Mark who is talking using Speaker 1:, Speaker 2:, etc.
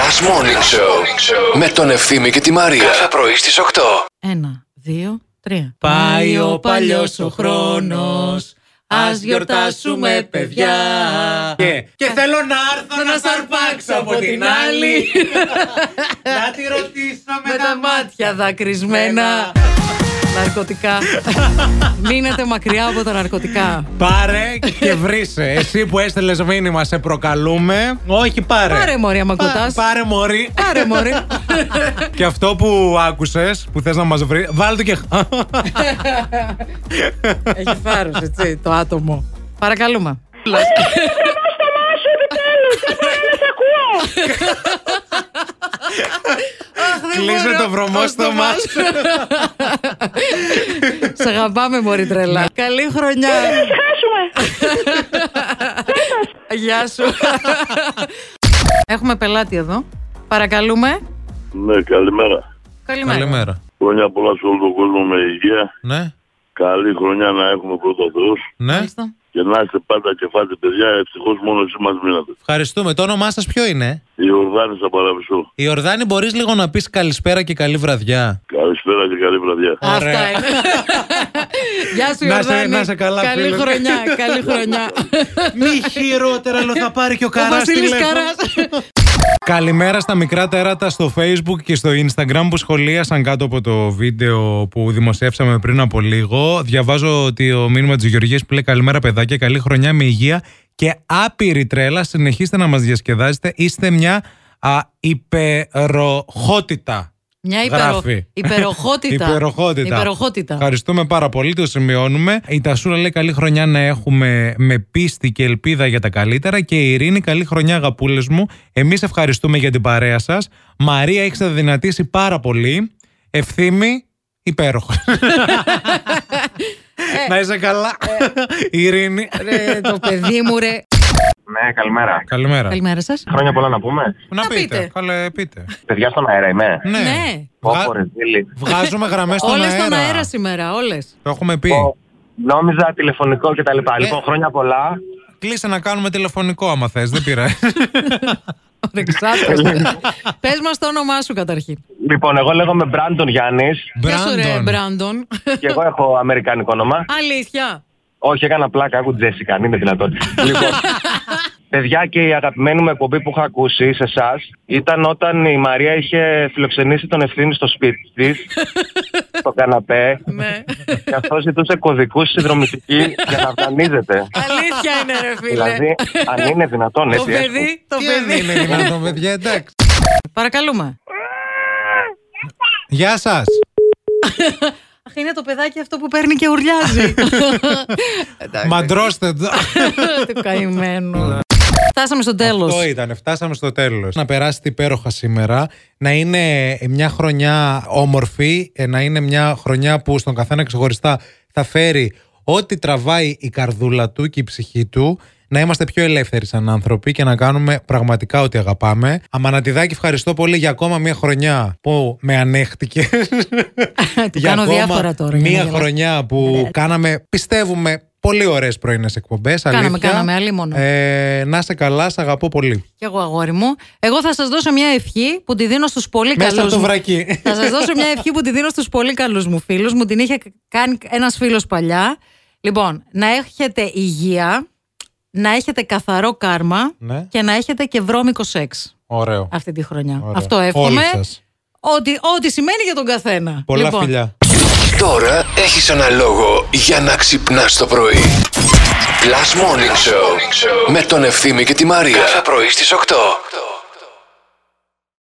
Speaker 1: Last Morning Show με τον Ευθύμη και τη Μαρία. Κάθε πρωί στις 8.
Speaker 2: Ένα, δύο, τρία.
Speaker 3: Πάει ο παλιός ο χρόνος Ας γιορτάσουμε παιδιά Και, και θέλω να έρθω να σ' αρπάξω από την άλλη Να τη ρωτήσω
Speaker 2: Με τα μάτια δακρυσμένα. Ναρκωτικά. Μείνετε μακριά από τα ναρκωτικά.
Speaker 3: Ναι. Πάρε και βρήσε Εσύ που έστελες μήνυμα σε προκαλούμε Όχι πάρε
Speaker 2: Πάρε, μωρή, άμα
Speaker 3: Πα-
Speaker 2: κουτάς.
Speaker 3: Πάρε μωρή
Speaker 2: Πάρε, μωρέ.
Speaker 3: Και αυτό που άκουσες που θες να μας βρει Βάλτε και
Speaker 2: Έχει θάρρος, έτσι, το άτομο. Παρακαλούμε.
Speaker 3: Κλείσε το βρωμό στο μας
Speaker 2: Σε αγαπάμε, Μωρή τρελά. Καλή χρονιά. Γεια σου. Έχουμε πελάτη εδώ. Παρακαλούμε.
Speaker 4: Ναι, καλημέρα.
Speaker 2: Καλημέρα.
Speaker 5: Καλημέρα.
Speaker 4: Χρόνια πολλά σε όλο τον κόσμο με υγεία.
Speaker 5: Ναι,
Speaker 4: Καλή χρονιά να έχουμε πρώτα Θεός
Speaker 5: ναι.
Speaker 2: Ευχαριστώ.
Speaker 4: και να είστε πάντα κεφάτε παιδιά. Ευτυχώς μόνο εσείς μας μείνατε.
Speaker 5: Ευχαριστούμε. Το όνομά σας ποιο είναι.
Speaker 4: Η Ορδάνησα Παραβησού.
Speaker 5: Η Ορδάνη, μπορείς λίγο να πεις καλησπέρα και καλή βραδιά.
Speaker 4: Καλησπέρα και καλή βραδιά.
Speaker 2: Αυτά είναι. Γεια σου,
Speaker 3: Να σε-
Speaker 2: Ιορδάνη.
Speaker 3: να σε καλά,
Speaker 2: Καλή
Speaker 3: φίλε.
Speaker 2: χρονιά, καλή χρονιά.
Speaker 3: Μη χειρότερα, αλλά θα πάρει και ο
Speaker 2: Ο
Speaker 3: Καράς
Speaker 2: Βασίλης
Speaker 3: τηλέφωνο.
Speaker 2: Καράς.
Speaker 3: Καλημέρα στα μικρά τέρατα στο facebook και στο instagram που σχολίασαν κάτω από το βίντεο που δημοσιεύσαμε πριν από λίγο. Διαβάζω ότι ο μήνυμα της Γεωργίας που λέει καλημέρα παιδάκια, καλή χρονιά με υγεία και άπειρη τρέλα. Συνεχίστε να μας διασκεδάζετε. Είστε μια α, υπεροχότητα.
Speaker 2: Μια υπερο-
Speaker 3: Γράφει.
Speaker 2: υπεροχότητα.
Speaker 3: Υπεροχότητα.
Speaker 2: Υπεροχότητα.
Speaker 3: Ευχαριστούμε πάρα πολύ, το σημειώνουμε. Η Τασούρα λέει καλή χρονιά να έχουμε με πίστη και ελπίδα για τα καλύτερα. Και η Ειρήνη, καλή χρονιά, αγαπούλες μου. Εμείς ευχαριστούμε για την παρέα σας. Μαρία, έχεις αδυνατήσει πάρα πολύ. Ευθύμη, υπέροχο.
Speaker 2: Ε,
Speaker 3: να είσαι καλά, Ειρήνη.
Speaker 2: Ρε, το παιδί μου, ρε.
Speaker 6: Ναι, καλημέρα.
Speaker 3: Καλημέρα.
Speaker 2: Καλημέρα σας.
Speaker 6: Χρόνια πολλά να πούμε.
Speaker 3: Να
Speaker 2: Να
Speaker 3: πείτε.
Speaker 2: πείτε.
Speaker 3: Καλέ, πείτε.
Speaker 6: Παιδιά στον αέρα είμαι.
Speaker 3: Ναι.
Speaker 2: Ναι.
Speaker 3: Βγα-
Speaker 6: Πω, πω, ρε, ζήλι.
Speaker 3: Βγάζουμε γραμμές στον
Speaker 2: Όλες
Speaker 3: αέρα.
Speaker 2: στον αέρα σήμερα, όλες.
Speaker 3: Το έχουμε πει.
Speaker 6: Πω, Νόμιζα τηλεφωνικό κτλ. Λοιπόν, χρόνια πολλά.
Speaker 3: Κλείσε να κάνουμε τηλεφωνικό, άμα θες. Δεν πειράζει.
Speaker 2: Πες μας το όνομά σου καταρχήν.
Speaker 6: Λοιπόν, εγώ λέγομαι Μπράντον Γιάννης
Speaker 2: Γεια σου, ρε,
Speaker 3: Μπράντον.
Speaker 2: Μπράντον.
Speaker 6: και εγώ έχω αμερικάνικο όνομα.
Speaker 2: Αλήθεια.
Speaker 6: Όχι, έκανα πλάκα, άκου Τζέσικα, αν είναι δυνατόν. λοιπόν, παιδιά και η αγαπημένη μου εκπομπή που είχα ακούσει σε εσάς ήταν όταν η Μαρία είχε φιλοξενήσει τον ευθύνη στο σπίτι της, στο καναπέ,
Speaker 2: Ναι.
Speaker 6: και αυτό ζητούσε κωδικούς συνδρομητική για να δανείζεται.
Speaker 2: Αλήθεια είναι, ρε φίλε.
Speaker 6: δηλαδή, αν είναι δυνατόν,
Speaker 2: το
Speaker 6: έτσι. έτσι.
Speaker 2: παιδί, το
Speaker 3: Τι δεν
Speaker 2: παιδί.
Speaker 3: είναι δυνατόν, παιδιά, εντάξει.
Speaker 2: Παρακαλούμε.
Speaker 3: Γεια σας.
Speaker 2: Αχ, είναι το παιδάκι αυτό που παίρνει και ουρλιάζει.
Speaker 3: Μαντρώστε το.
Speaker 2: Του καημένου. Φτάσαμε στο τέλος.
Speaker 3: Αυτό ήταν. Φτάσαμε στο τέλος. Να περάσετε υπέροχα σήμερα. Να είναι μια χρονιά όμορφη. ε, Να είναι μια χρονιά που στον καθένα ξεχωριστά θα φέρει ό,τι τραβάει η καρδούλα του και η ψυχή του. Να είμαστε πιο ελεύθεροι σαν άνθρωποι και να κάνουμε πραγματικά ό,τι αγαπάμε. Αμανατιδάκη, ευχαριστώ πολύ για ακόμα μια χρονιά που με ανέχτηκες.
Speaker 2: Του κάνω
Speaker 3: ακόμα
Speaker 2: διάφορα τώρα. για να Ναι,
Speaker 3: Μία
Speaker 2: γελάς.
Speaker 3: χρονιά που κάναμε, πιστεύουμε, πολύ ωραίες πρωινές εκπομπές.
Speaker 2: Κάναμε, κάναμε, άλλη μόνο.
Speaker 3: Ε, να είσαι καλά, σ' αγαπώ πολύ.
Speaker 2: Κι εγώ, αγόρι μου. Εγώ θα σας δώσω μια ευχή που τη δίνω στους πολύ
Speaker 3: Μέσα
Speaker 2: καλούς.
Speaker 3: από το βρακί.
Speaker 2: Θα σας δώσω μια ευχή που τη δίνω στους πολύ καλούς μου φίλους. Μου την είχε κάνει ένας φίλος παλιά. Λοιπόν, να έχετε υγεία, να έχετε καθαρό κάρμα
Speaker 3: Ναι.
Speaker 2: και να έχετε και βρώμικο σεξ
Speaker 3: Ωραίο.
Speaker 2: αυτή τη χρονιά.
Speaker 3: Ωραίο.
Speaker 2: Αυτό
Speaker 3: Όλοι
Speaker 2: εύχομαι.
Speaker 3: σας.
Speaker 2: Ό,τι, ό,τι σημαίνει για τον καθένα.
Speaker 3: Πολλά
Speaker 2: Λοιπόν,
Speaker 3: φιλιά.
Speaker 1: Τώρα έχεις ένα λόγο για να ξυπνάς το πρωί. Last Morning Show με τον Ευθύμη και τη Μαρία. Κάθε πρωί στις 8.